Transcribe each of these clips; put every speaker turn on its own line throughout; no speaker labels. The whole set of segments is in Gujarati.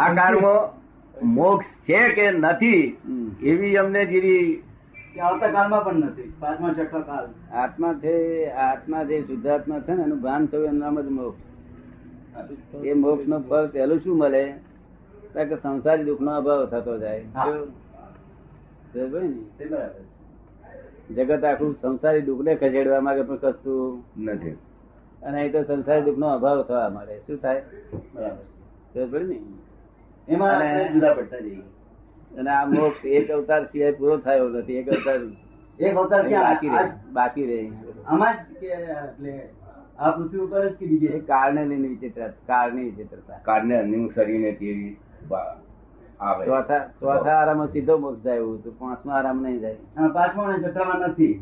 આ કાળમાં મોક્ષ છે કે નથી
હમ.
એવી અમને જીરી
કે આવતા કાળમાં પણ નથી પાંચમા છઠ્ઠા કાલ
આત્મા છે આત્મા જે શુદ્ધાત્મા છે ને એનું ભાન થયું એનું નામ જ મોક્ષ એ મોક્ષ નો ફળ પહેલું શું મળે તો કે સંસારી દુઃખ નો અભાવ થતો જાય
હા.
કેવું? સમજ પડી ને?
તે બરાબર છે.
જગત આખું સંસારી દુઃખ ને ખસેડવા માંગે પણ કશું
નથી
અને અહીં તો સંસારી દુઃખ નો અભાવ થવા મળે શું થાય
બરાબર
સમજ પડી
છે એમાં
અને-
આપણે જુદા પડતા જઈએ
ને અને આ મોક્ષ એક અવતાર સિવાય પૂરો થયો નથી એક અવતાર
એક અવતાર
બાકી
ક્યાં
રહે
આ-
બાકી રહે
આમાં જ કે એટલે આ પૃથ્વી ઉપર જ કે
એ
બીજે
કાળને લઈને વિચિત્ર કાળની વિચિત્રતા
કાળને અનુસરીને તેવી બા- આવે
ચોથા ચોથા આરામ સીધો મોક્ષ જાય એવું હતું પાંચમા આરામ નહીં જાય
હા, પાંચમા અને છઠ્ઠામાં નથી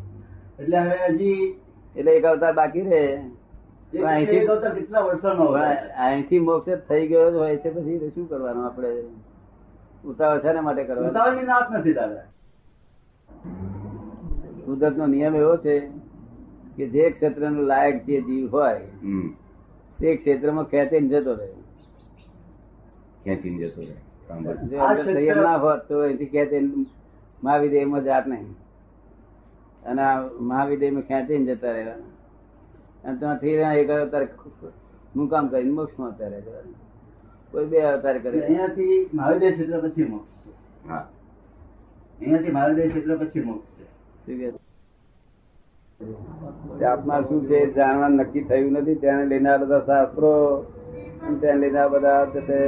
એટલે હવે હજી
એટલે એક અવતાર બાકી રહે
એક-
પણ અહીંથી-
એક અવતાર કેટલા વર્ષોનો
પણ
અવતાર?
અહીંથી મોક્ષ જ થઈ ગયો જ હોય છે પછી તો શું કરવાનું આપણે ઉતાવળ શેના માટે કરવાનો
ઉતાવળની નાત નથી દાદા
કુદરત નો નિયમ એવો છે કે જે ક્ષેત્ર લાયક જે જીવ હોય
હમ
તે ક્ષેત્રમાં ખેંચીને જતો રહે
ખેંચીને જતો રહે સાંભળ.
જો
આ
અંદર
ક્ષેત્ર-
સંયમ ના હોત તો અહીંથી ખેંચીને મહાવિદેયમાં જાત નહીં અને આ મહાવિદેયમાં ખેંચીને જતા રહેવાના અને ત્યાંથી રહ્યા એક અવતાર મુકામ કરીને મોક્ષમાં ઉતારે કોઈ બે અવતાર કરે
અહીંયાથી મહાવીર ક્ષેત્ર પછી મોક્ષ છે
હા
અહીંયાથી મહાવીર ક્ષેત્ર પછી મોક્ષ છે
શું કહે? તે આત્મા શું છે એ જાણવા નક્કી થયું નથી તેને લઈને આ બધા શાસ્ત્રો અને તેને લઈને આ બધા છે તે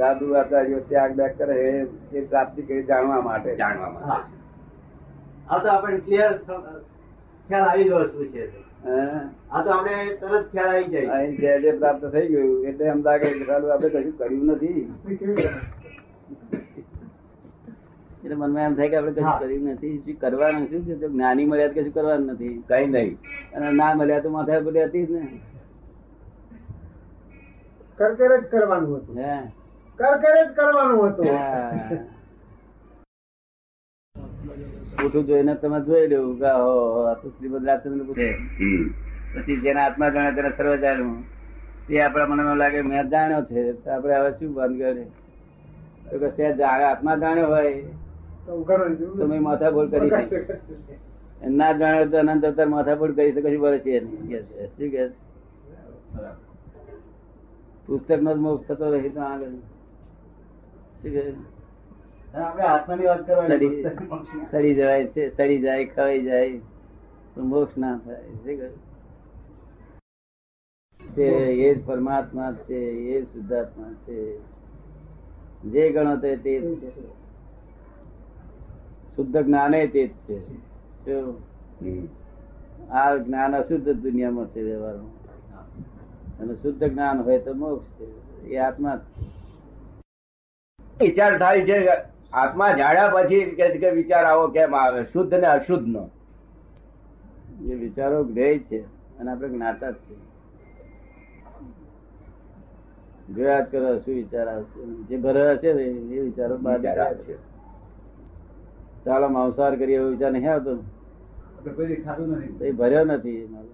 સાધુ આચાર્યો ત્યાગ બ્યાગ કરે એ- એ પ્રાપ્તિ કરી જાણવા માટે
જાણવા
હા
માટે
આ તો આપણે ક્લિયર ખ્યાલ આવી ગયો શું છે તે.
હે?
આ તો આપણે તરત ખ્યાલ આવી જાય
અહીં જે જે પ્રાપ્ત થઈ ગયું એટલે એમ લાગે કે સાલું આપણે કશું કર્યું નથી એટલે મનમાં એમ થાય કે આપણે કશું
હા.
કર્યું નથી શું કરવાનું શું છે તો જ્ઞાની મળ્યા તો કશું કરવાનું નથી
કઈ નહીં
અને ના મળ્યા તો માથા પડી હતી જ ને
કરકર જ કરવાનું હતું
હે
કરકર જ કરવાનું હતું
હા. પૂઠું જોઈને તમે જોઈ લેવું કે હો હો, આ તો શ્રીમદ રાજચંદ્ર પૂછે
હમ.
પછી જેના આત્મા જાણે તેને સર્વ જાણ્યું તે આપણા મનમાં લાગે મેં જાણ્યો છે તો આપણે હવે શું બંધ કરીએ તો કે તે જાણે આત્મા જાણ્યો હોય
તો ઘણું જ.
તો મેં માથાબોળ કરી છે. ના જાણ્યો તો અનંત અવતાર માથાપોડ કરી શકે વર્ષે નહીં કે છે. શું કે
হ্যাঁ,
પુસ્તક નો જ મોક્ષ થતો રહે તો આગળ શું કે
અને આપણે આત્માની વાત કરવાની
સડી-
પુસ્તક મોક્ષની.
સડી જવાય છે સડી જાય ખવાઈ જાય તો મોક્ષ ના થાય શું કહ્યું? તે એ જ પરમાત્મા છે એ જ શુદ્ધાત્મા છે જે ગણો તે તે જ છે. શુદ્ધ જ્ઞાને તે જ છે જો
હમ.
આ જ્ઞાન અશુદ્ધ દુનિયામાં છે વ્યવહારમાં અને શુદ્ધ જ્ઞાન હોય તો મોક્ષ છે એ આત્મા જ છે.
વિચાર થાય છે કે આત્મા જાણ્યા પછી કે છે કે વિચાર આવો કેમ આવે શુદ્ધ ને અશુદ્ધ નો
જે વિચારો જ્ઞેય છે અને આપણે જ્ઞાતા જ છે જોયા જ કરો શું વિચાર આવશે જે ભરે હશે ને એ વિચારો બહાર
વિચાર આવે છે.
ચાલો માંસાહાર કરીએ એવો વિચાર નહીં આવતો
આપણે કોઈ દી ખાધું નથી
તો એ ભર્યો નથી એમાં.